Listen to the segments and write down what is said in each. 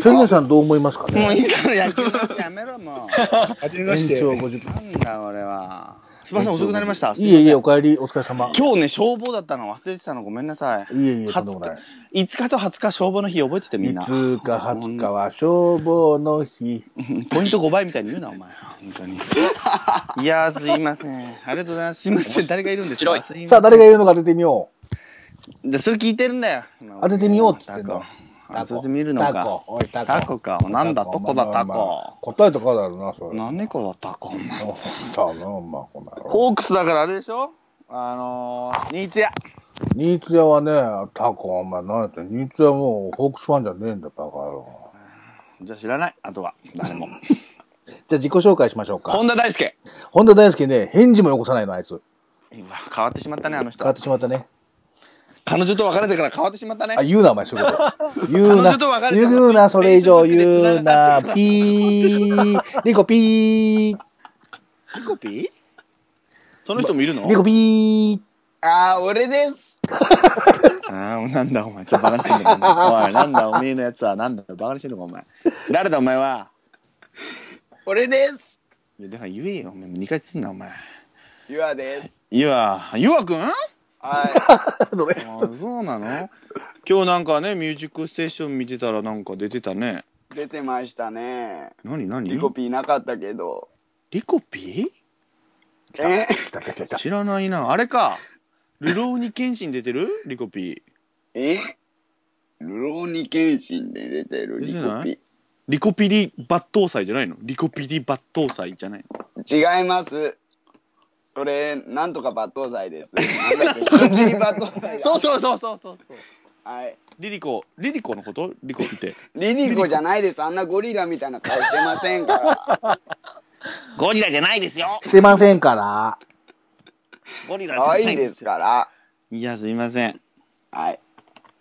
千年さんどう思いますかもうねいいから野球の話やめろもはじめま延して。長50う。分。なんだ俺は。すみません遅くなりました。いえいえ、おすま帰り、お疲れ様。せん。今日ね消防だったの忘れてたのごめんなさい。いえいえ、とんでもない。 5日と20日消防の日覚えててみんいな。つか20日は消防の日。ポイント5倍みたいに言うなお前。本当に。いやーすいません。ありがとうございます。すいません誰がいるんですか。さあ、誰がい言うのか当ててみよる。でそれ聞いてるんだよ。今当ててみようっつってタんのコ。当ててみるのタかコ。。おい、タコ。タコか。なんだどこだタコ。。答えとかだろうな、それ。何猫だタコお前。さあ、なまあ、この野郎。ホークスだからあれでしょあのー、ニーツヤ。ニーツヤはね、タコ、お前、何やってんニーツヤもう、ホークスファンじゃねえんだ、バカ野郎。じゃあ知らない。あとは、誰も。じゃあ、自己紹介しましょうか。 本田大輔。本田大輔ね、返事もよこさないの、あいつ。うわ、変わってしまったね、あの人変わ。ってしまったね。彼女と別れてから変わってしまったねあ、。言うな、お前、そうい うこと。言う彼な女と別、れた言うな、それ以上言うな、ピー、リコピー、リコピーその人もいるのリコピー。ああ、俺です。ああ、なんだお前、ちょっとバカにしてんのかお 前。おい、なんだおめえのやつは、なんだバカにしてんのかお前。誰だお前は。俺です。いやだから言えよ、お前。二回つんな、お前。ゆあです。ゆわ、ゆわくんはい。どれあーそうなの今日なんかね「ミュージックステーション」見てたらなんか出てたね出てました ね。何何リコピーなかったけど。リコピえ来た来た来ーた来知らないなあれか「流浪に剣心」出てるリコピーえルローニケンシンで出てるリコピリコピリ抜刀祭じゃないのリコピリ抜刀祭じゃないのー。違います。それ、なんとか抜刀罪 です。なんだっけ、人斬り抜刀罪だそうそうそうそうそうそうはい。リリコリリコのことリコピってリリコじゃないです。あんなゴリラみたいな顔してません から。ゴリラじゃないですよた。してませんから。ゴリラじゃ可ない愛いですから。いやすいませんはい。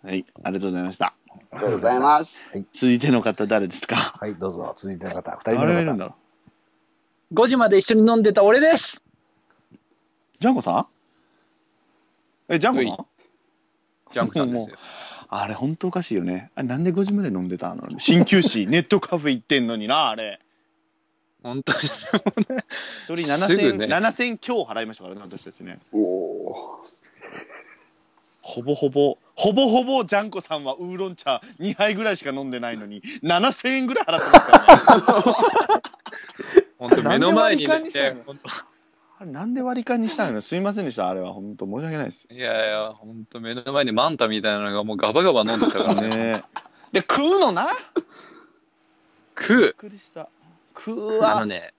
はいありがとうございましたありがとうございます。続いての方誰ですかはい、どうぞ、続いての方、二誰人がい目るのん方。だろう5時まで一緒に飲んでた俺です。ジャンコさんえジャンコうさいんジャンクさんですよ。あれ本当おかしいよねあれなんで5時まで飲んでたの鍼灸師ネットカフェ行ってんのになあれ本当に。一人すぐ7000、ね7000強払いましたからね私たちねおおほぼほぼほぼほぼジャンコさんはウーロン茶2杯ぐらいしか飲んでないのに7000円ぐらい払ってます からね本当に目の前に なんで割り勘にねしたの。本あれなんで割り勘にしたのすいませんでしたあれは本当申し訳ないです当いやいや、本当目の前にマンタみたいなのがもうガバガバ飲んでたから ね。ねで食うのなびっ食くりした食うう。あのわね、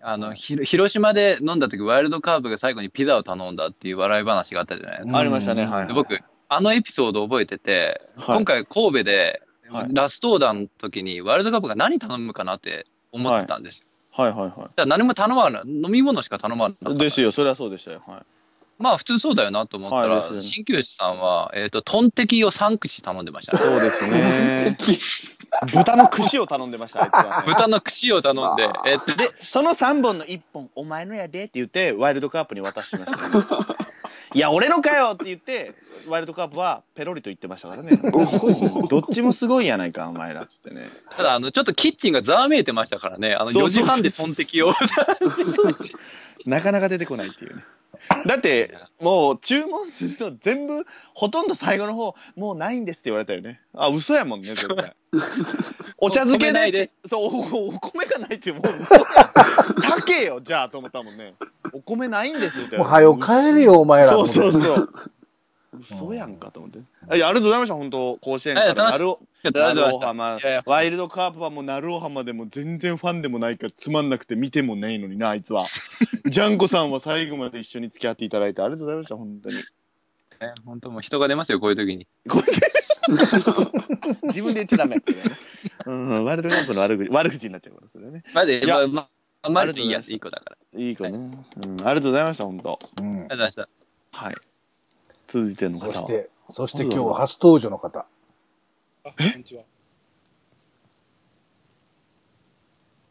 あの、ひろ広島で飲んだ時、ワイルドカーブが最後にピザを頼んだっていう笑い話があったじゃないですか。ありましたねはいで僕、あのエピソード覚えてて、はい今回神戸で、はいラストオーダーの時にワイルドカーブが何頼むかなって思ってたんです。はいはいはだから何も頼まない、飲み物しか頼まなかったいんですよそれはそうでしたよはいまあ普通そうだよなと思ったはいですよねら、鍼灸師さんは、えっ、と、トンテキを3口頼んでました、そうですね。 豚の串を頼んでました、あいつは、ね。豚の串を頼んで、えっ、と、で、その3本の1本、お前のやでって言って、ワイルドカープに渡しました、 いや、俺のかよって言って、ワイルドカープはペロリと言ってましたからね。どっちもすごいやないか、お前らっつってね。ただ、あの、ちょっとキッチンがざわめいてましたからね、あの、そうそ4うそう時半でトンテキを。なかなか出てこないっていうね。 だって、もう注文するの全部、ほとんど最後の方、もうないんですって言われたよね。あ、嘘やもんね、絶対。お茶漬けお米なでいでそうお、お米がないってもう嘘 やん。高えよ、じゃあと思ったもんね。お米ないんですって言もう、わはれよ帰るよ、お前た。ら。そうそうう。そう。嘘やんかと思って。あいや、ありがとうございました、本当甲子園かはい楽ら。しなるおなる大丈夫でおした浜いやいやワイルドカープはもうなるお浜でも全然ファンでもないからつまんなくて見てもないのになあいつ はジャンコさんは最後まで一緒に付き合っていただいてありがとうございました本当にね本当もう人が出ますよ、こういう時に。これで自分で言っちゃダメってねうんうんワイルドカープの悪口悪口になっちゃうからそれねまで、いやまあ、まあ、マルティいいやつ、いい子だから。いいかね、 うん、ありがとうございました本当うんありがとうございました。はい続いての方そはして、そして今日は初登場の方。あ、こんにちは。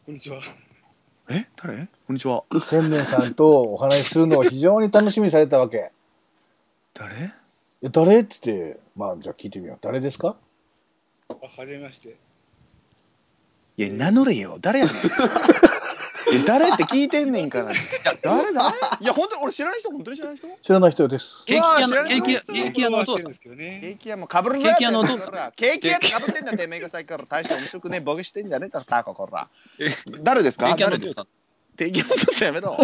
こんにちは。え誰こんにちは千年さんとお話しするのを非常に楽しみにされたわけ。誰え誰って言って、まあ、じゃあ聞いてみよう。誰ですかあ、はじめまして。いや、名乗れよ。誰やね ん。いや、誰って 聞いてんねんから。誰だいや、本当に俺知らない人、本当に知らない人知らない人です。ケーキ屋の、うわーケーキ屋、ケ知らないーキ屋のお父フォロさんワーしてるんで。すけどねケーキ屋もかぶるぞケーキ屋のお父さんこらケーキ屋かぶってんだてめえがさっきから大して面白くねえボケしてんじゃねえだろタコこらえ誰ですケーかキ屋の誰おです父さかん。ケーキ屋のお父さんやめろ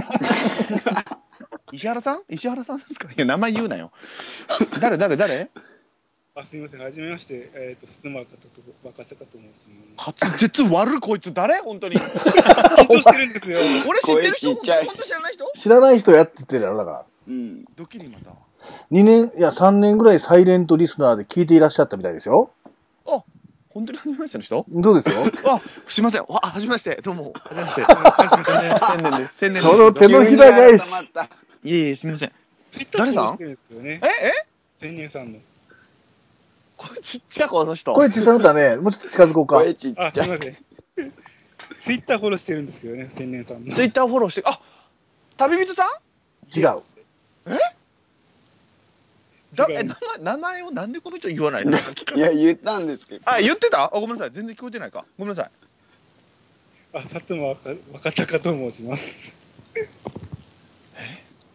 石原さん石原さんですかいや名前言うなよ誰誰誰あ、すみません。はじめまして。えっ、と、すつまかたと、ばかさかと申しま滑舌悪いこいつ誰本当にす。緊張してるんですよ。俺知ってる人声ちっちゃい本当知らない人知らない人やって言ってるやろ、だから。うん。ドッキリまた2年、いや、3年ぐらいサイレントリスナーで聞いていらっしゃったみたいですよ。本当に初めましての人どうです よあすいませんわあ初めましてどうも初めまして千年です千年ですその手のひら返し。いえいえすみません誰さんフォロワーしてるんですけどねえ。え千年さんの。これちっちゃいこの人声小さなったね。もうちょっと近づこうか。声ちっあ、ちすゃみい。ません。ツイッターフォローしてるんですけどね。千年さんの。ツイッターフォローして、あ旅人さん違う。じゃ違うえ名前名前をなんでこの人言わないのいや、言ったんですけど。あ、言ってたあごめんなさい。全然聞こえてないか。ごめんなさい。あ、さつまばかたかと申します。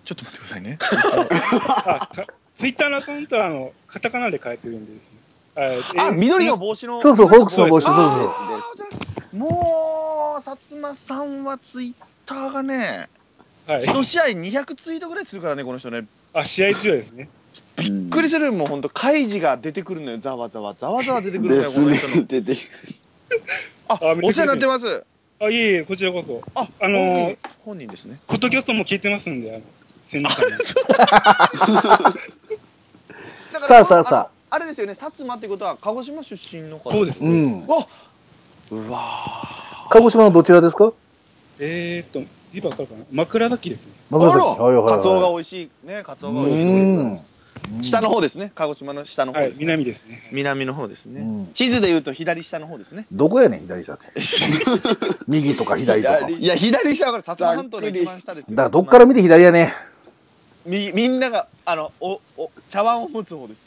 ちょっと待ってくださいね。あ、かツイッターのアカウントは、あの、カタカナで書いてるんでですね。あ、えーあ、緑の帽子の。そうそう、ホークスの帽子、そうそうあーもう、薩摩さんはツイッターがね、はい。一試合200ツイートぐらいするからね、この人ね。びっあ、試合中はですね。びっくりするもうほんと、カイジが出てくるのよ。ざわざわ、ざわざわ出てくるのよ、でこすのね人の。。出てきあ、あお世話になってます。あ、いえいえ、こちらこそ。あ、あのー本人本人ですね。ポッドキャストも聞いてますんで、あの、千年さんの。だからさあさあさあのあれですよね、薩摩ってことは、鹿児島出身の方そうです。う。うん。わうわ鹿児島のどちらですかえーっと、今からかな枕崎ですね。枕崎。あらはいはいはい。カツオが美味しいねカツオが美味しいところでございますうん。下の方ですね鹿児島の下の方はでいす、、南ですね。南の方ですね、うん地図で言うと左下の方ですねどこやねん、左 下って。右とか左とか。だか左いや左下はこれ薩摩半島の一番下ですよらどっから見て左やねみみんながあのおお茶碗を持つ方です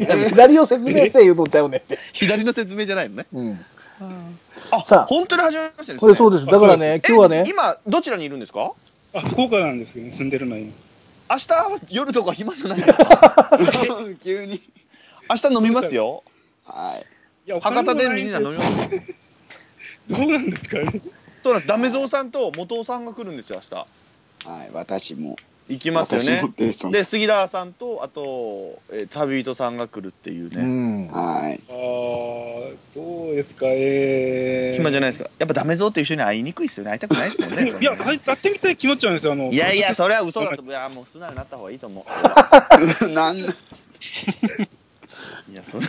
ん。 いや左を説明せえ言うとったよねって。左の説明じゃないのねうん。あさあ本当に始めましたねこれそうでです。だからね、今日はね、今どちらにいるんですかあ、福岡なんですけどね、住んでるのは今。明日は夜とか暇じゃないです かた。急に。明日飲みますよはい。いや、。博多でみんな飲みますどうなんですかね。そうなんですダメゾウさんと元尾さんが来るんですよ明日はい、私も。行きますよね私もでそので杉田さんとあと、えー旅人さんが来るっていううね、ん。はい。あー、どうですか、えー。暇じゃないですかやっぱダメぞっていう人に会いにくいっすよね会いたくないっすもん ねいや、はいやってみたい気持ちなんですよ、あの。いやいやそれは嘘だといやもう素直になった方がいいと思なんだういやそれい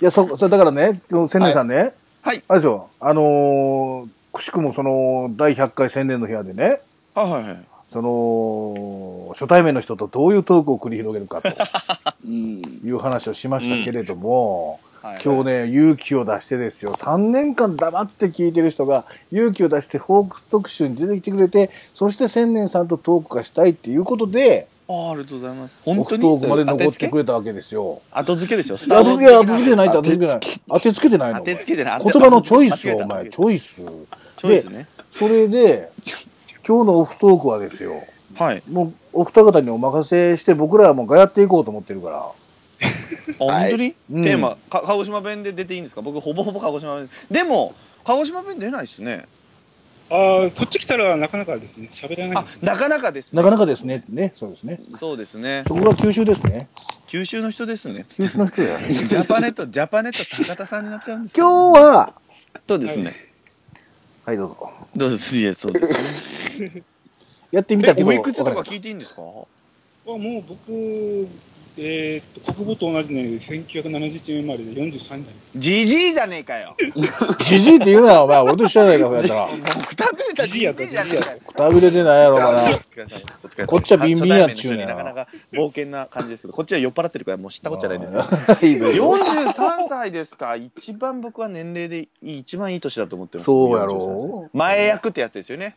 や、そ、それだからね、千年さんね、はいあれですよ、あのーくしくもその、第100回千年の部屋でね、はいはいはいその、初対面の人とどういうトークを繰り広げるかとうん。いう話をしましたけれども、はい今日ね、勇気を出してですよ、3年間黙って聞いてる人が、勇気を出してホークス特集に出てきてくれて、そして千年さんとトークがしたいっていうことで、あーありがとうございますオ本当フにトークまで残ってくれれたわけですよ。後付けでしょスター後ト付け、後付けないと、後当て付けないつ。け当てつけてないの。当おて前付けでな言葉のチョイスよ、お間違前、えチた間違ョえイス。たチョイスねそれで、今日のオフトークはですよ、はいもうお二方にお任せして、僕らはもうガヤっていこうと思ってるから。あ本当に、うんテーマか鹿児島弁で出ていいんですか僕ほぼほぼ鹿児島弁でも鹿児島弁出ないっすねあー、こっち来たらなかなかですね、喋らないあですね。なかなかですねなかなかですね、ね、そうですね。そうですねそこが九州ですね。九州の人ですね九州の人 だよね。ジャパネット、ジャパネット高田さんになっちゃうんですよ今日は、そうですね。はい、どうぞ。どうです、いえ、そうです。やってみたえけど、おいくつとかわからない聞いていいんですかあもう僕、えー、っと、国母と同じ年で、1971年生まれで43になります。じじいじゃねえかよ。じじいって言うなよ、お前。俺と一緒やない か、こうやったら。くたびれたじじいじゃねえかよ。くたびれてないやろ、お前。こっちはビンビンやっちゅうねんなかなか冒険な感じですけど、こっちは酔っ払ってるから、もう知ったこっちゃないですよ。いいぞいいぞ。 43歳ですか。一番僕は年齢でいい、一番いい年だと思ってます。そうやろ前役ってやつですよね。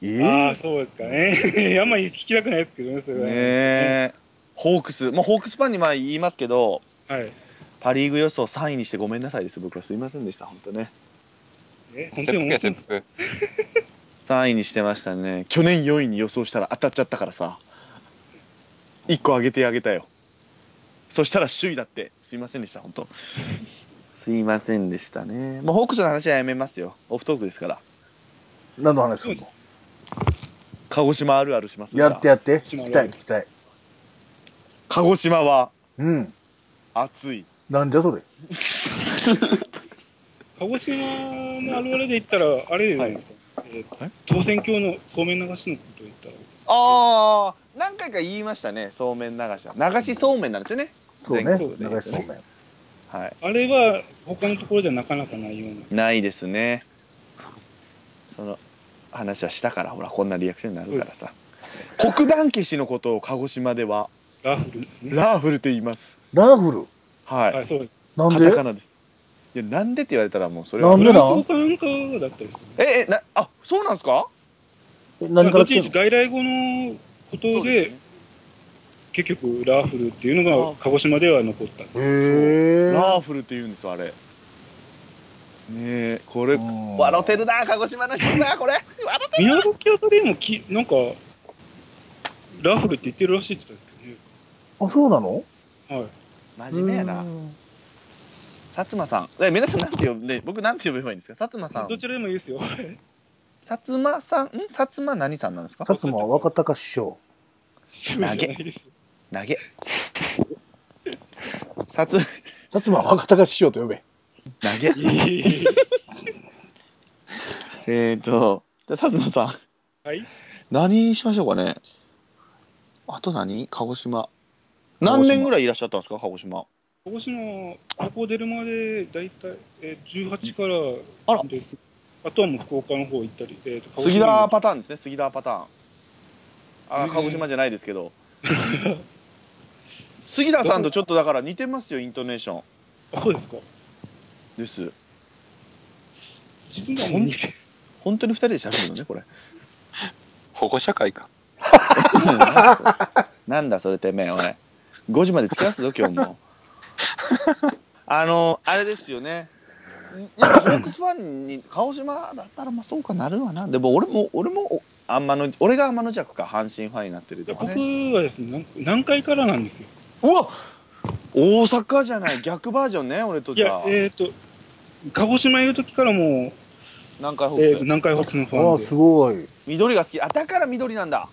えああ、ー、そうですかね。 あんまり聞きたくないですけどね、それは。ねえ。ホークス、まあ、ホークスファンにまあ言いますけど、はい。パ・リーグ予想3位にしてごめんなさいです、僕はすいませんでした、本当ね。え、本当切腹に思っやてん切す腹。 3位にしてましたね。去年4位に予想したら当たっちゃったからさ、1個上げてあげたよ。そしたら首位だって、すいませんでした、本当すいませんでしたね。もうホークスの話はやめますよ、オフトークですから。何の話するの鹿児島あるあるしますかやらってやって。聞きたい、聞きたい。鹿児島はうん。暑い。なんじゃそれ。鹿児島のあるあるで言ったら、あれじゃないですか。えーえ朝鮮郷のそうめん流しのこと言ったら、ああ、何回か言いましたね、そうめん流しは。流しそうめんなんですよね。そうね。全流国しでそうめん。はい。あれは他のところじゃなかなかないような。ないですねその話はしたからほらこんなリアクションになるからさ黒板消しのことを鹿児島ではラフルですね。ラーフルと言いますラーフル。はい、はい、そうです。なカんタでカナですいやなんでって言われたらもうそれなはんフでランスなん語かなんかだったりする。ええなあそうなんですかえまあ何かどらっち来みてんちの外来語のことそうでで、すね結局ラーフルっていうのが鹿児島では残っへた。ラーーフルって言うんですよあれねえこれうん笑ってるな鹿児島の人だこれ笑ってる宮崎あたりもき、なんか、ラーフルって言ってるらしいって言ったんですあ、そうなのけどね。真面目やなうん薩摩さんえ皆さんなんて呼んで僕なんて呼べばいいんですか薩摩さはい。んど薩ちらでもいいですよ。摩さんん薩摩何さんなんですか薩摩若隆師匠。主婦じゃないです。投げ。さつ、薩摩若隆師匠と呼べ。投げ。いえいえいええっと、じゃあ、さつまさん。 はい。何にしましょうかね。あと何鹿児島。何年ぐらいいらっしゃったんですか鹿児島。鹿児島、高校出るまで大体、えー、18かあららです。あとはもう福岡の方行ったり、えー、と鹿児杉島田にパターンですね、杉田パターン。あー、鹿児島じゃないですけど。 杉田さんとちょっとだから似てますよ、イントネーション。あ、そうですか。です。自分がもう似て本当に二人で喋るのね、これ。保護社会か。 なんだそれてめえ、おい。5時まで付き合わすぞ、今 日も。あの、あれですよね。やっぱホークスファンに鹿児島だったらまあそうかなるわな。でも俺も、俺も、おあんまの、俺が天の弱か、阪神ファンになってるいやとか僕ね。はですね、なん南海からなんですよ。うわ大阪じゃない、逆バージョンね、俺といじやゃ、えっ、と、鹿児島いる時からも南海ホう、えーー、クス。南海ホークスのフあァあ、、ンですごい。緑が好き。あ、だから緑なんだ。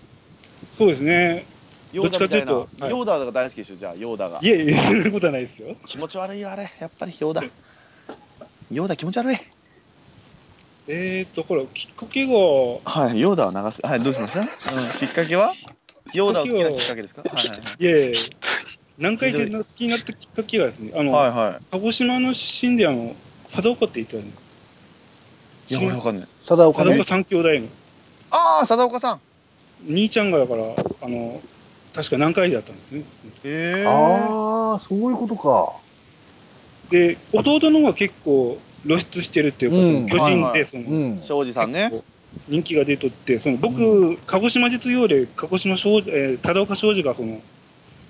そうですね。ヨーダみたいな。どっちかというとはいヨーダが大好きでしょ、じゃあ、ヨーダがい。えいえ、そんなことはないですよ。気持ち悪いよ、あれ。やっぱりヨーダ。ヨーダ気持ち悪い。えっ、と、ほら、きっかけが、はい、ヨーダを流す。はい、どうしました、きっかけはヨーダを好きなきっかけですかはいえいえ、南海線の好きになったきっかけがですね、あの、いはい。はいは鹿児島の出身で、あの、佐岡って言ったんです。い。いや、俺わかんない。貞岡佐ね岡。三兄弟の。ああ、貞岡さん。兄ちゃんがだから、あの、確か南海だったんですね。ええー。ああ、そういうことか。で、弟の方が結構露出してるっていうか、うんその巨人はいはで、いその、うん。庄司さんね。人気が出とって、その僕、鹿児島実業で鹿児島商、えー、忠岡商事がその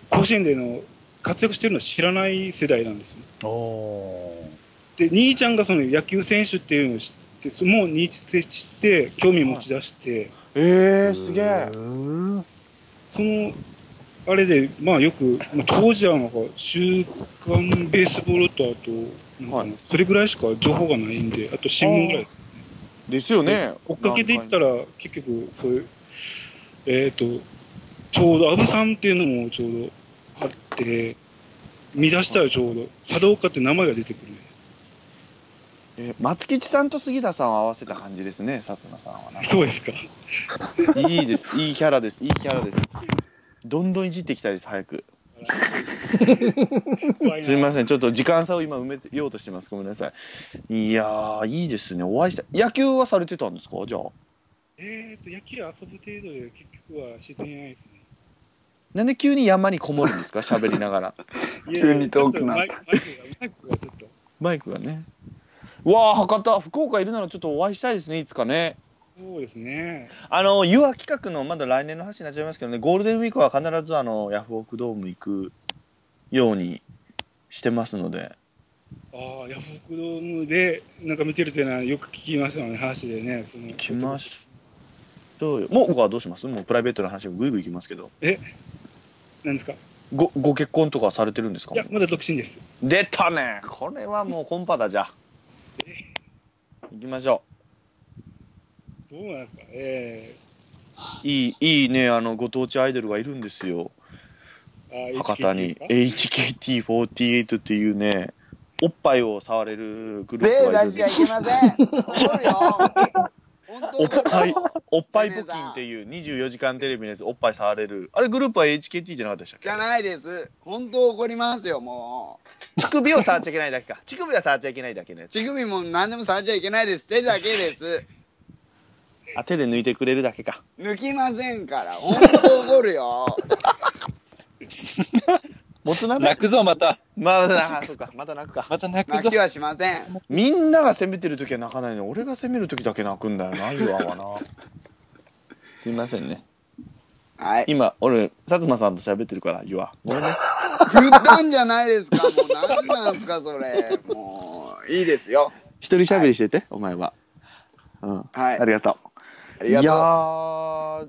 甲子園での活躍してるの知らない世代なんですおよ。おで、兄ちゃんがその野球選手っていうのを知って、そもう認知して、興味持ち出して、ええー。ー、すげえ。うんその、あれで、まあよく、まあ、当時はなんか、週刊ベースボールとあと、なんかなはいそれぐらいしか情報がないんで、あと新聞ぐらいです。ですよね。追っかけていったら。ら、結局、そういう、えっ、と、ちょうど、阿部さんっていうのもちょうどあって、見出したらちょうど、佐岡って名前が出てくるんですよ。えー松吉さんと杉田さんを合わせた感じですね、薩摩さんはな。そうですか。いいです。 いいキャラです。いいキャラです。どんどんいじっていきたいです、早く。すみません、ちょっと時間差を今埋めようとしてます。ごめんなさい。いやー、いいですね。お会いした。野球はされてたんですかじゃあ。えっと、野球で遊ぶ程度で結局は自然ないですね。なんで急に山にこもるん ですか喋りながら。いや急に遠くなっちょとマイクがマイクがちょっと、マイクがね。うわあ、博多、福岡いるならちょっとお会いしたいですね、いつかね。そうですね。あの、ユア企画の、まだ来年の話になっちゃいますけどね、ゴールデンウィークは必ずあの、ヤフオクドーム行くようにしてますので。ああ、ヤフオクドームで、なんか見てるっていうのはよく聞きますよね、話でね。その行きましょうよ。もう、ここはどうしますもうプライベートな話、ぐいぐい行きますけど。なんですかご、ご結婚とかされてるんですかいや、まだ独身です。出たねこれはもうコンパだじゃあ行きましょどうなんですかえういいいいねあのご当地アイドルがいるんですよえー。あー博多に HKT ですか HKT48 っていうねおっぱいを触れるグルー手プがいる出んしちゃでいすけません。怒るよ。本お当っに怒ぱる いよ。おっぱい募金っていう24時間テレビのやつおっぱい触れるあれグループは HKT じゃなかったでしたっじけゃないです。本当怒りますよ、もう。乳首を触っちゃいけないだけか乳首は触っちゃいけないだけのやつ乳首も何でも触っちゃいけないです。手だけです。あ手で抜いてくれるだけか抜きませんから。本当怒るよ。もつ鍋泣くぞ、また。まああそうかまた泣くかまた泣く泣ぞき。はしません。みんなが攻めてる時は泣かないのに俺が攻める時だけ泣くんだよな言わんわなすいませんねはい。今俺薩摩さんと喋ってるから言わごめんね振ったんじゃないですか。もう何なんですか、それ。もう、いいですよ。一人喋りしてて、お前はうん、はいあ。りがとあうりがとう。やー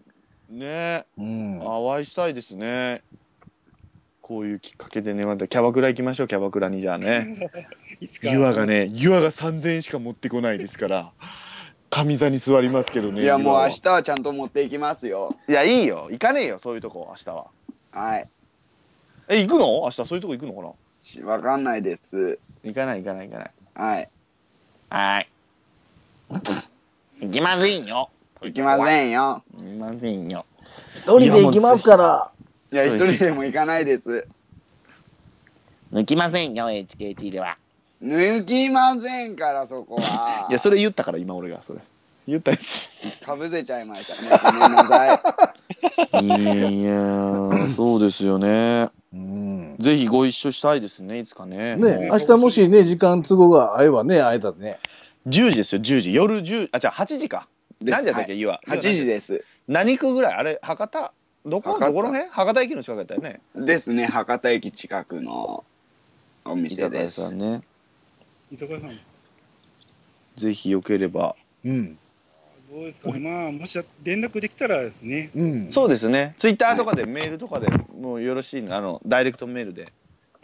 ねうん。お会いしたいですねこういうきっかけでねまたキャバクラ行きましょうキャバクラにじゃあ ねいつか。ユアがねユアが3000円しか持ってこないですから上座に座りますけどねいや、もう岩明は日はちゃんと持っていきますよ。いやいいよ行かねえよそういうとこ明日ははい。え行くの明日そういうとこ行くのかなしわかんないです。行かない行かない行かないはい。はーい行きませんよ行きまんせんよ。行きませんよ一人で行きますから。いや、一人でも行かないです。抜きませんよ HKT では抜きませんから、そこは。いやそれ言ったから今俺がそれ言ったやつかぶせちゃいましたね。ごめんなさい。いやそうですよねうん。ぜひご一緒したいですねいつかねね明日もしね、時間都合が合えばね、会えたらね。 10時ですよ10時夜10あじゃあ8時かです何時だったっけ、はゆわ8時です。何区ぐらいあれ博多どこ博多どこら辺博多駅の近くだったよねですね、博多駅近くのお店で居酒屋す。ね伊藤さん、ぜひよければうん。どうですかね。まあ、もし連絡できたらですね。うん。そうですね。ツイッターとかでメールとかでもうよろしいの、あの、ダイレクトメールで。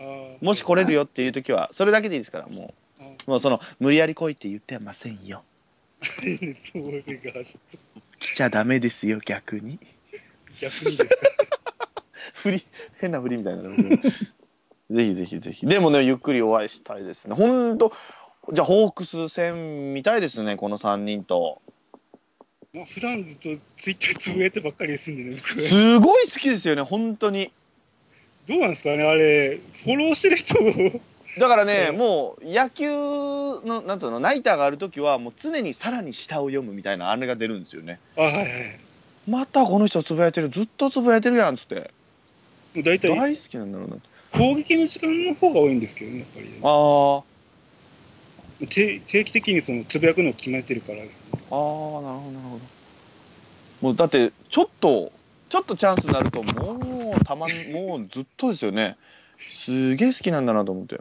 あーもし来れるよっていう時は、それだけでいいですから、もあーう、もうその、無理やり来いって言ってはませんよ。 それがちょっと来ちゃダメですよ、逆に。逆にですか。 振り、変な振りみたいになる。ぜひぜひぜひ。でもね、ゆっくりお会いしたいですね。ほんと、じゃあ、ホークス戦見たいですね、この3人と。まあ、普段ずっとツイッターつぶやいてばっかりですんでね、僕。すごい好きですよね、本当に。どうなんですかね、あれ、フォローしてる人を。だからね、うんもう野球のなんつうのナイターがある時はもう常にさらに下を読むみたいなあれが出るんですよねあ、はいはい。またこの人つぶやいてるずっとつぶやいてるやんっつってもう大体、大好きなんだろうなって攻撃の時間の方が多いんですけどね、やっぱり、あーて定期的にそのつぶやくのを決めてるからですね。あーなるほどなるほどもうだってちょっとちょっとチャンスになるともうたまんもうずっとですよねすげえ好きなんだなと思って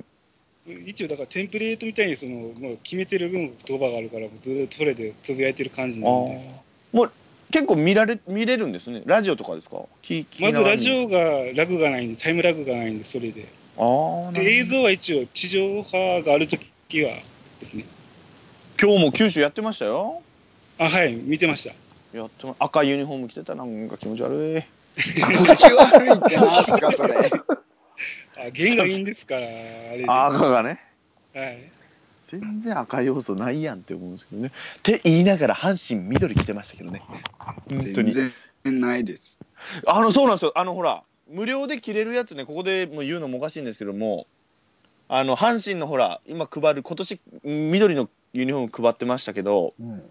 一応、だからテンプレートみたいにその、もう決めてる分、言葉があるから、もうずっとそれでつぶやいてる感じあなんーで。もう結構見られ見れるんですねラジオとかですか聞聞きまなずがらラジオがラグがないんで、タイムラグがないんで、それで。あーなるほどで、映像は一応、地上波があるときはですね。今日も九州やってましたよあ、はい、見てました。やっても赤いユニフォーム着てたなんか気持ち悪い気持ち悪いってなんですか、それ。あ、弦がいいんで すから、あれで。は赤がねい。全然赤要素ないやんって思うんですけどねって言いながら阪神緑着てましたけどね本当全に然ないです。あのそうなんですよあのほら無料で着れるやつねここでもう言うのもおかしいんですけどもあの阪神のほら今配る今年緑のユニフォーム配ってましたけどうん。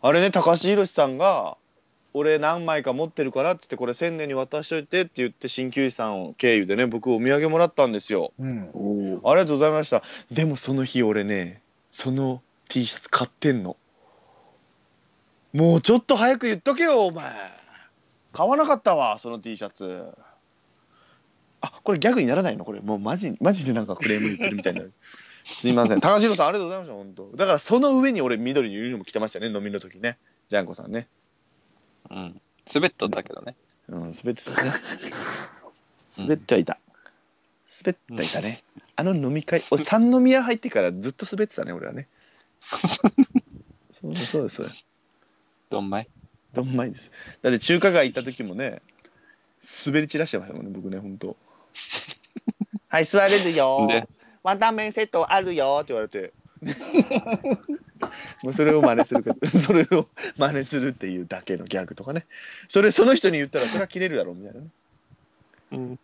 あれね高橋宏さんが「俺何枚か持ってるから」って言って「これ千年に渡しといて」って言って鍼灸師さんを経由でね僕お土産もらったんですようん。ありがとうございました。でもその日俺ね、その T シャツ買ってんの。もうちょっと早く言っとけよ、お前。買わなかったわ、その T シャツ。あこれギャグにならないのこれもうマジマジでなんかクレーム言ってるみたいになる すいません高城さんありがとうございました本当だからその上に俺緑のユニフォーム着てましたね飲みの時ねジャンコさんねうん。滑っとったけどね。うん滑ってたね滑ってはいた滑ってはいたねあの飲み会俺三宮入ってからずっと滑ってたね俺はねそうですそうですそうですどんまい。どんまいです。だって中華街行った時もね、滑り散らしてましたもんね、僕ね、本当。はい、座れるよで。ワンタン麺セットあるよって言われて。 もうそれを真似するか、それを真似するっていうだけのギャグとかね。それ、その人に言ったら、それは切れるだろうみたいなね。うん。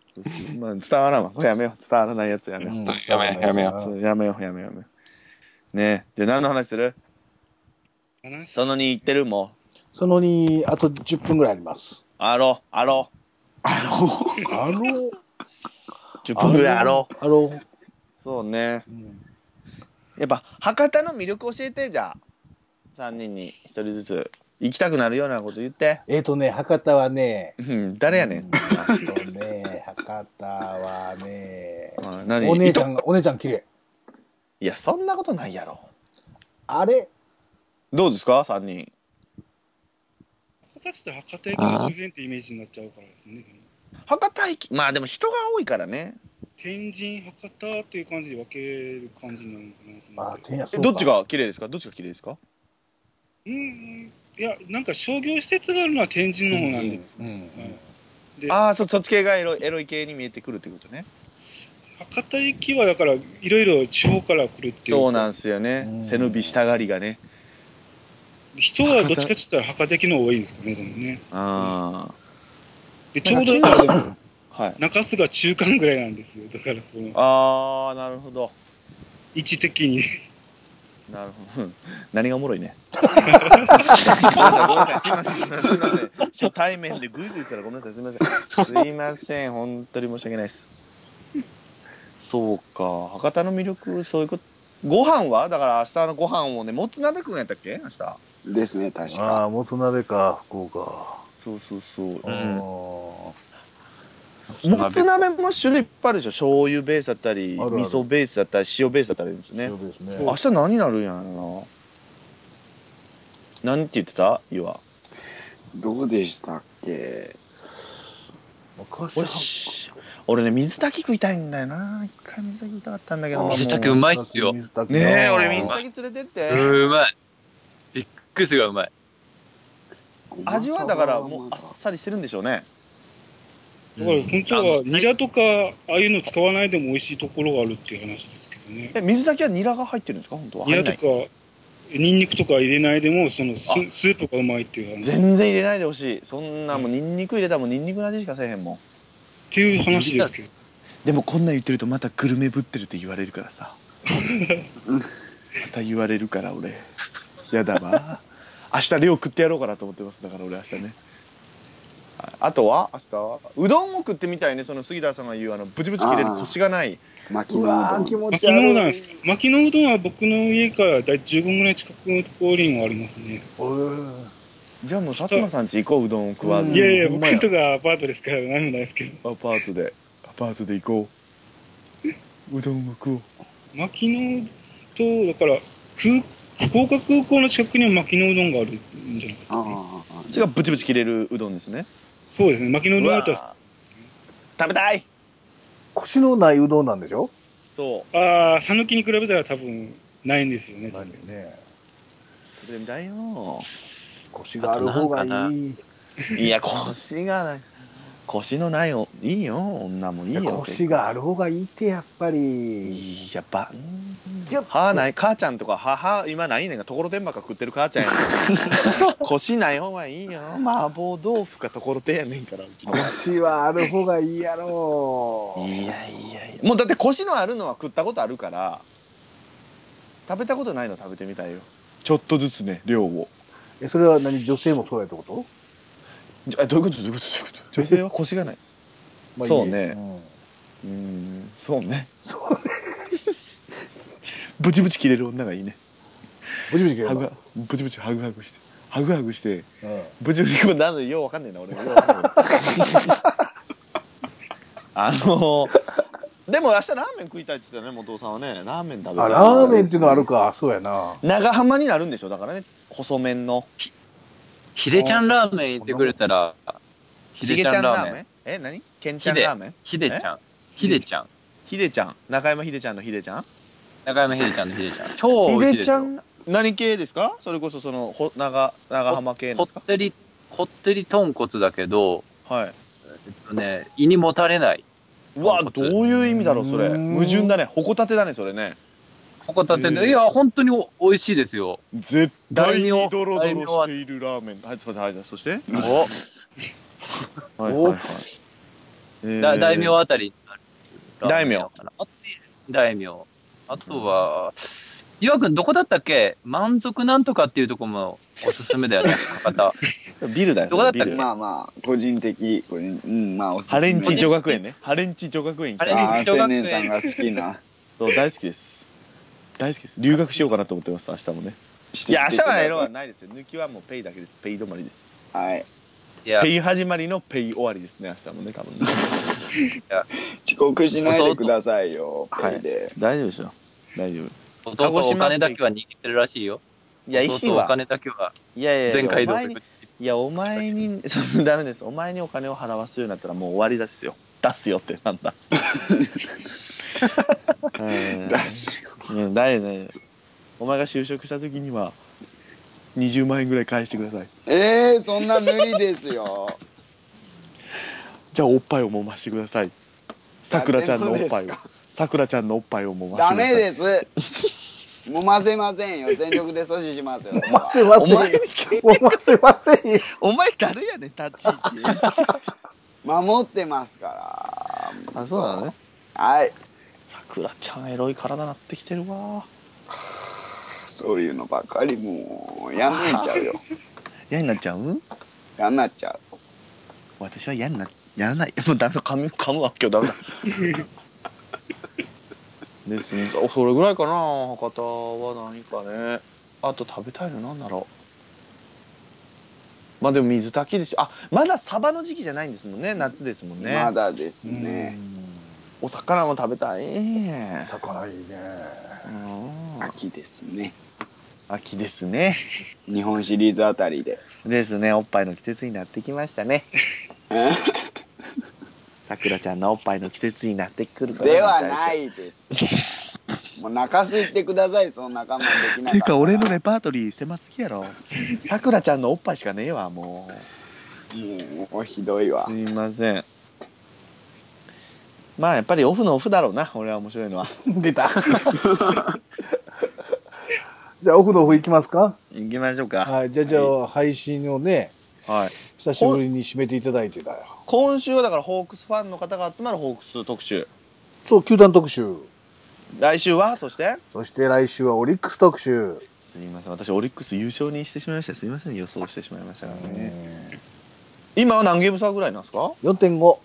まあ、伝わらんわ。これやめよう。伝わらないやつやめよう。やめようやめよそうやめよう、やめよう、やめよう。ねえ、じゃあ何の話する話その2言ってるもん。そのに、あと10分ぐらいあります。あろう、あろあの、あろう。う。10分ぐらいあろう。あろう。そうね。うんやっぱ博多の魅力教えてじゃあ3人に1人ずつ行きたくなるようなこと言ってえっ、とね、博多はね、うん誰やうねんん、あとね、博多はね、あ何お姉ちゃいんが、お姉ちゃん綺麗。といやそんなことないやろあれどうですか3人果たして博多駅の周辺ってイメージになっちゃうからですね。博多駅まあでも人が多いからね天神、博多っていう感じで分ける感じになるのかなと思あって。てんやえそうかどっちが綺麗ですかどっちが綺麗ですかうんうん。いや、なんか商業施設があるのは天神の方なんで、うんうんああそそっち系がエロいエロい系に見えてくるってことね博多駅はだから、いろいろ地方から来るっていう。そうなんですよねうん背伸びしたがりがね人はどっちかって言ったら博多駅の方が多いんですかね、でもね。あで、ちょうどだからでも、あはい中洲が中間ぐらいなんですよ。だから、その、ああなるほど位置的に。なるほど。うん何がおもろいね。ごめんなさい、すいません、すいません。初対面でグイグイ言ったらごめんなさい、すいません。すいません、本当に申し訳ないです。そうか、博多の魅力、そういうこと。ご飯はだから明日のご飯をね、もつ鍋くんやったっけ明日。ですね、確あか。あ、もつ鍋か、福岡。そうそうそう。ううんんもつ鍋も種類いっぱいあるでしょ。醤油ベースだったり、味あるある噌ベースだったり、塩ベースだったりあるんですよね。そうですね。明日何になるんやろな。なんて言ってたゆは。どうでしたっけ昔俺俺ね水炊き食いたいんだよな一回水炊き食いたかったんだけど水炊きもうまいっすよ水炊うきなねえ俺水炊き連れてって、うまい。びっくりするがうまい。味はだからもうあっさりしてるんでしょうねだから本当はニラとかああいうの使わないでも美味しいところがあるっていう話ですけどね。え水炊きはニラが入ってるんですか本当はニラと入んかニンニクとか入れないでもそのスあスープがうまいっていうない話っ全然入れないでほしいそんなもうニンニク入れたらもうニンニクの味しかせえへんもんていう話ですけど。でもこんなん言ってるとまたグルメぶってるって言われるからさまた言われるから俺やだわ明日量食ってやろうかなと思ってますだから俺明日ねはいあとは明日はうどんを食ってみたいねその杉田さんが言うあのブチブチ切れるコシがない巻きうのうわどーん気持巻ちきのうどん悪でいすか巻きのうどんは僕の家から大体15分ぐらい近くのところにはありますね。うんじゃあもう薩摩さんち行こううどんを食わずうんにいやいや、ほん僕まやとかアパートですから何もないですけど。アパートでアパートで行こううどんを食おう巻きのうどんと、だから空福岡空港の近くには巻きのうどんがあるんじゃないかああああそれがブチブチ切れるうどんですねそうですね。巻きのううどんだわったら、食べたい腰のないうどんなんでしょそうああ、讃岐に比べたら多分ないんですよね。なんでね。食べてみたいよ腰がある方があとなんいかい。いや、腰がない。腰のないお、いいよ、女もいいよ。腰がある方がいいって、やっぱり。いや、ば、ギュッ歯ない、母ちゃんとか、母、今ないねんが、ところてんばっか食ってる母ちゃんや ねん。腰ない方がいいよ。麻婆豆腐かところてんやねんから。い腰はある方がいいやろやいやいや。もうだって腰のあるのは食ったことあるから、食べたことないの食べてみたいよ。ちょっとずつね、量を。え、それは何女性もそうやってことじゃあどういうことどういうことどういうこと女性は腰がない。まあそういいねんうーん、そうね。そうね。ブチブチ切れる女がいいね。ブチブチ切れハるグわハブチブチハグハグしてハグハグしてうんブチブチこれなんでようわかんねえな俺もようわかんねえなあのでも明日ラーメン食いたいって言ってたね、元尾さんはね。ラーメン食べたあ、いラーメンっていうのあるか。そうやな。長浜になるんでしょだからね、細麺の。ヒデちゃんラーメン言ってくれたら、ヒひデげちちゃゃんんララーーメメン。ンえ、何けんちゃんヒデラーメンヒデちゃん。ヒデちゃん。ひでちゃん。中山ひでちゃんのひでちゃん中山ヒデちゃんのヒデちゃん。超美味しいですよ。何系ですかそれこそその、ほ長、長浜系この。ってり、こってり豚骨だけど、はい。えっとね、胃にもたれない。うわ、豚ど骨ういう意味だろう、それ。うーん矛盾だね。ほこたてだね、それね。ここ立てへーて、いや、本当にお美味しいですよ。絶対にドロドロしているラーメン。はい、すいません、はい、そして。はいいはいはいだ大名あたりになる。大名あと大名。あとは、岩くんどこだったっけ満足なんとかっていうとこもおすすめだよね、博多。ビルだよ。どこだったっけビルまあまあ、個人的、個人うん、まあ、おすすハめ。レンチ女学園ね。ハレンチ女学園行きたいハあレンあ、チ女青学園年さんが好きな。そう大好きです。大好きです。留学しようかなと思ってます、明日もね。いや、明日はエロはないですよ。抜きはもうペイだけです。ペイ止まりです。はい。いやペ、イ始まりのペイ終わりですね、明日もね、多分ね。遅刻しないでくださいよ、弟ペイで。大丈夫でしょ。大丈夫。弟お金だけは握ってるらしいよ。いや、いい弟おわ。金だけはいやいやいや、全開お動前にいや、お前に、 そのダメです。お前にお金を払わすようになったらもう終わりですよ。出すよってなんだ。うん出すよ。うん、だよね。お前が就職した時には、20万円ぐらい返してください。えー、そんな無理で すよ。じゃあ、おっぱいを揉ましてください。さくらちゃんのおっぱダメいでをす。さくらちゃんのおっぱいを揉ましダてくだメさい。です。揉ませませんよ。全力で阻止しま すよ。おませまおせん前。、おませませんよ。お前誰やねん、立ち位置。守ってますから。あ、そうなのね。はい。さくらちゃん、エロい体なってきてるわ。そういうのばっかりもう、やんなっちゃ うよ。嫌になっちゃうやんなっちゃう。私は嫌にな、やらない。 もうダメだ、噛む、噛むわ、今日 ダメだ。ですね。おそれぐらいかな、博多は何かね。あと食べたいのなんだろう。まあでも水炊きでしょ。あ、まだサバの時期じゃないんですもんね。夏ですもんね。まだですね。お魚も食べたい。うん魚いいね。秋ですね。秋ですね。日本シリーズあたりで。ですね。おっぱいの季節になってきました ね。えさくらちゃんのおっぱいの季節になってくるかな。ではないいです。もう泣かせてください、その仲間できなていかっうたらか俺のレパートリー狭すぎやろさくらちゃんのおっぱいしかねえわももうひどいわうす。いませんまあやっぱりオフのオフだろうな俺は面白いのは出た。じゃあ、オフのオフ行きますか行きましょうかはい。じゃあ、じゃあ、配信をね、はい久しぶりに締めていただいてだよ。今週はだからホークスファンの方が集まるホークス特集そう、球団特集。来週はそしてそして来週はオリックス特集。すいません私オリックス優勝にしてしまいましたすいません予想してしまいましたからねね今は何ゲーム差ぐらいなんですか4.5。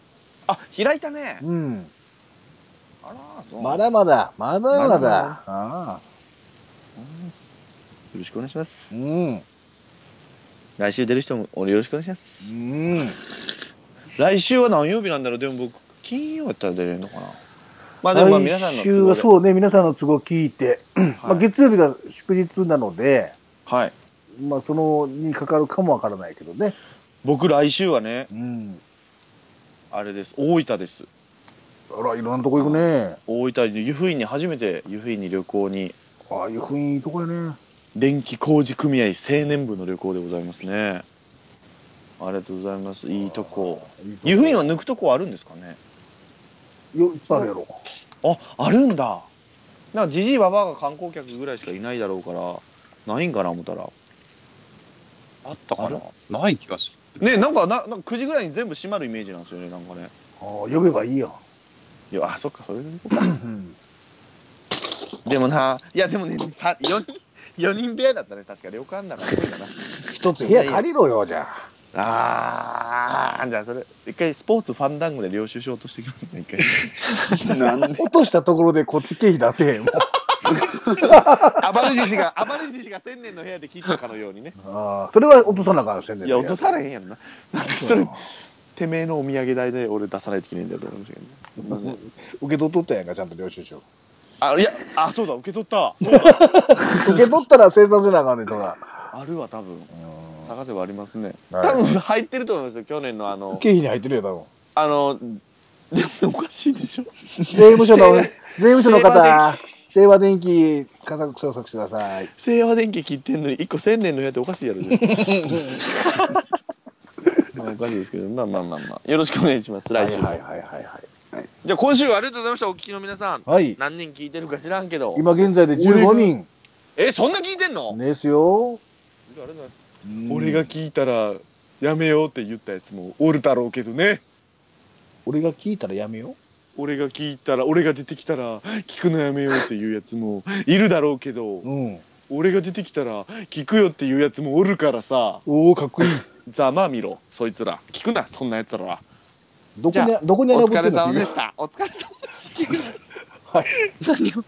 あ開いたねうん。あらそうまだまだ、まだまだ。まだまだああ。よろしくお願いしますうん。来週出る人も俺よろしくお願いしますうん。来週は何曜日なんだろうでも僕金曜やったら出れるのかなまあでもまあ皆さんの来都週合はでそうね、皆さんの都合聞いて、まあはい、月曜日が祝日なので、はい、まあ、そのにかかるかもわからないけどね。僕来週はねうん。あれです大分ですあら、いろんなとこ行くね。大分に湯布院に初めて湯布院に旅行にああいう雰囲気いいとこやね。電気工事組合青年部の旅行でございますねありがとうございますいいとこ湯布院は抜くとこあるんですかねよ、いっぱいあるやろ。ああるんだなんかじじいばばあが観光客ぐらいしかいないだろうからないんかな思ったらあったかなない気がすねなんかななんか9時ぐらいに全部閉まるイメージなんですよねなんかねああ、呼べばいいやん。いやあそっかそれでうんでもな、いやでもね、さ4人、四人部屋だったね、確か旅館だから、そうだな。一つ部屋借りろよ、じゃあ。あー、じゃあそれ、一回スポーツファンダングで領収書落としてきますね、 一回。 なんで落としたところでこっち経費出せへ んもん。暴れ獅子が、暴れ獅子が千年の部屋で切ったかのようにね。ああ、それは落とさなあかんせんね。いや、落とされへんやんな。それ、てめえのお土産代で俺出さないといけないんだよと思いましたけどね受け取っとったやんか、ちゃんと領収書。あいやあそうだ受け取ったわ受け取ったら生産せなあかんねんとか。あるわ多分うん探せばありますねは多い分入ってると思いますよ去年のあの経費に入ってるよ、多分。あのでもおかしいでしょ税務署の、税務署の方、清和電機、家族捜索してください。清和電機切ってんのに1個1000年の部屋っておかしいやろ まあおかしいですけどまあまあまあまあよろしくお願いします来週もはいはいはいはい。じゃあ今週はありがとうございましたお聞きの皆さんはい。何人聞いてるか知らんけど今現在で15人えそんな聞いてんの、ですよ。ありがとうございますうん俺が、聞いたらやめようって言ったやつもおるだろうけどね俺が聞いたらやめよ俺が聞いたら俺が出てきたら聞くのやめようっていうやつもいるだろうけどう。うん。俺が出てきたら聞くよっていうやつもおるからさおお、かっこいい。ざまあみろそいつら聞くなそんなやつらはどこじに、どこにお穴ぶっ疲てれんだ様でしたお疲れ様でし何を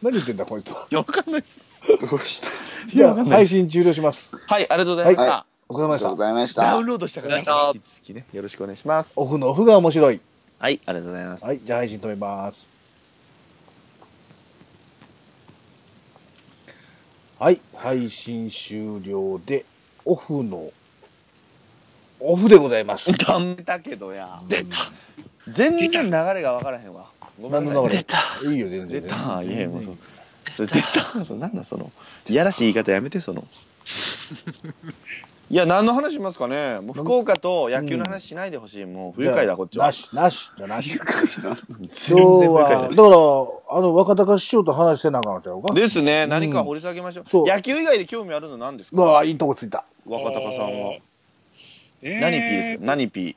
何言ってんだ、こいつは。たわかんないですど うしたじゃわかあ、んな配いです信終了します。はいありがとうございました、はお疲れあり様でがしたとうご。ざいましダウたン。ロードしたから引き続きねよろしくお願いしますオフのオフが面白い。はいありがとうございますはい、じゃあ配信止めます。はい、配信終了で、オフの、オフでございます。ダメだけどや全然流れが分からへんわごめん何なのさ流いれいいよ、全然。出たいやもうそう出出たそうなんだそのいやらしい言い方やめてそ のいや何の話しますかねもう福岡と野球の話しないでほしい、もう不愉快だこっちじゃあはなし、なし、じゃあなし。 全今日然不愉は、だ快かだら、あの、若隆師匠と話してなあかんのちゃうか。ですねん何か掘り下げましょう,、そう野球以外で興味あるの何ですうかわあ、いいとこついた。若隆さんは、。えー、何 P ですか何 P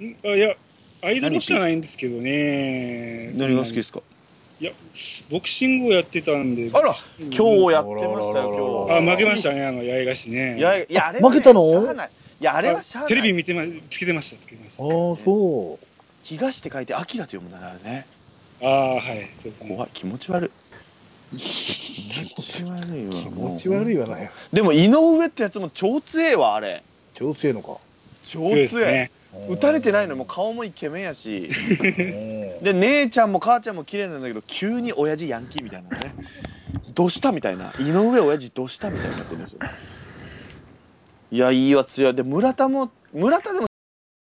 んあいや、間の人じゃないんですけどね。何が好きですすかボクシングをやってたんで。あら今今日やってましたよ今あ、日負けましたね、あの、八重樫ね。いやいやあれはね負けたのしゃあないいやああれはしゃあないテレビ見てま、つけてました、つけてましああ、た。そ。東って書いて「アキラ」と読むんだからねああ、はい。そうですね怖い気持ち悪い気持ち悪いうわ気持ち悪いわね。でも井上ってやつも超強えわあれ超強いのか。超そう強ですえね。打たれてないのにもう顔もイケメンやしうんで姉ちゃんも母ちゃんも綺麗なんだけど急に親父ヤンキーみたいなねどうしたみたいな井上親父どうしたみたいになってるんですよいやいいわ強いで村田も村田でも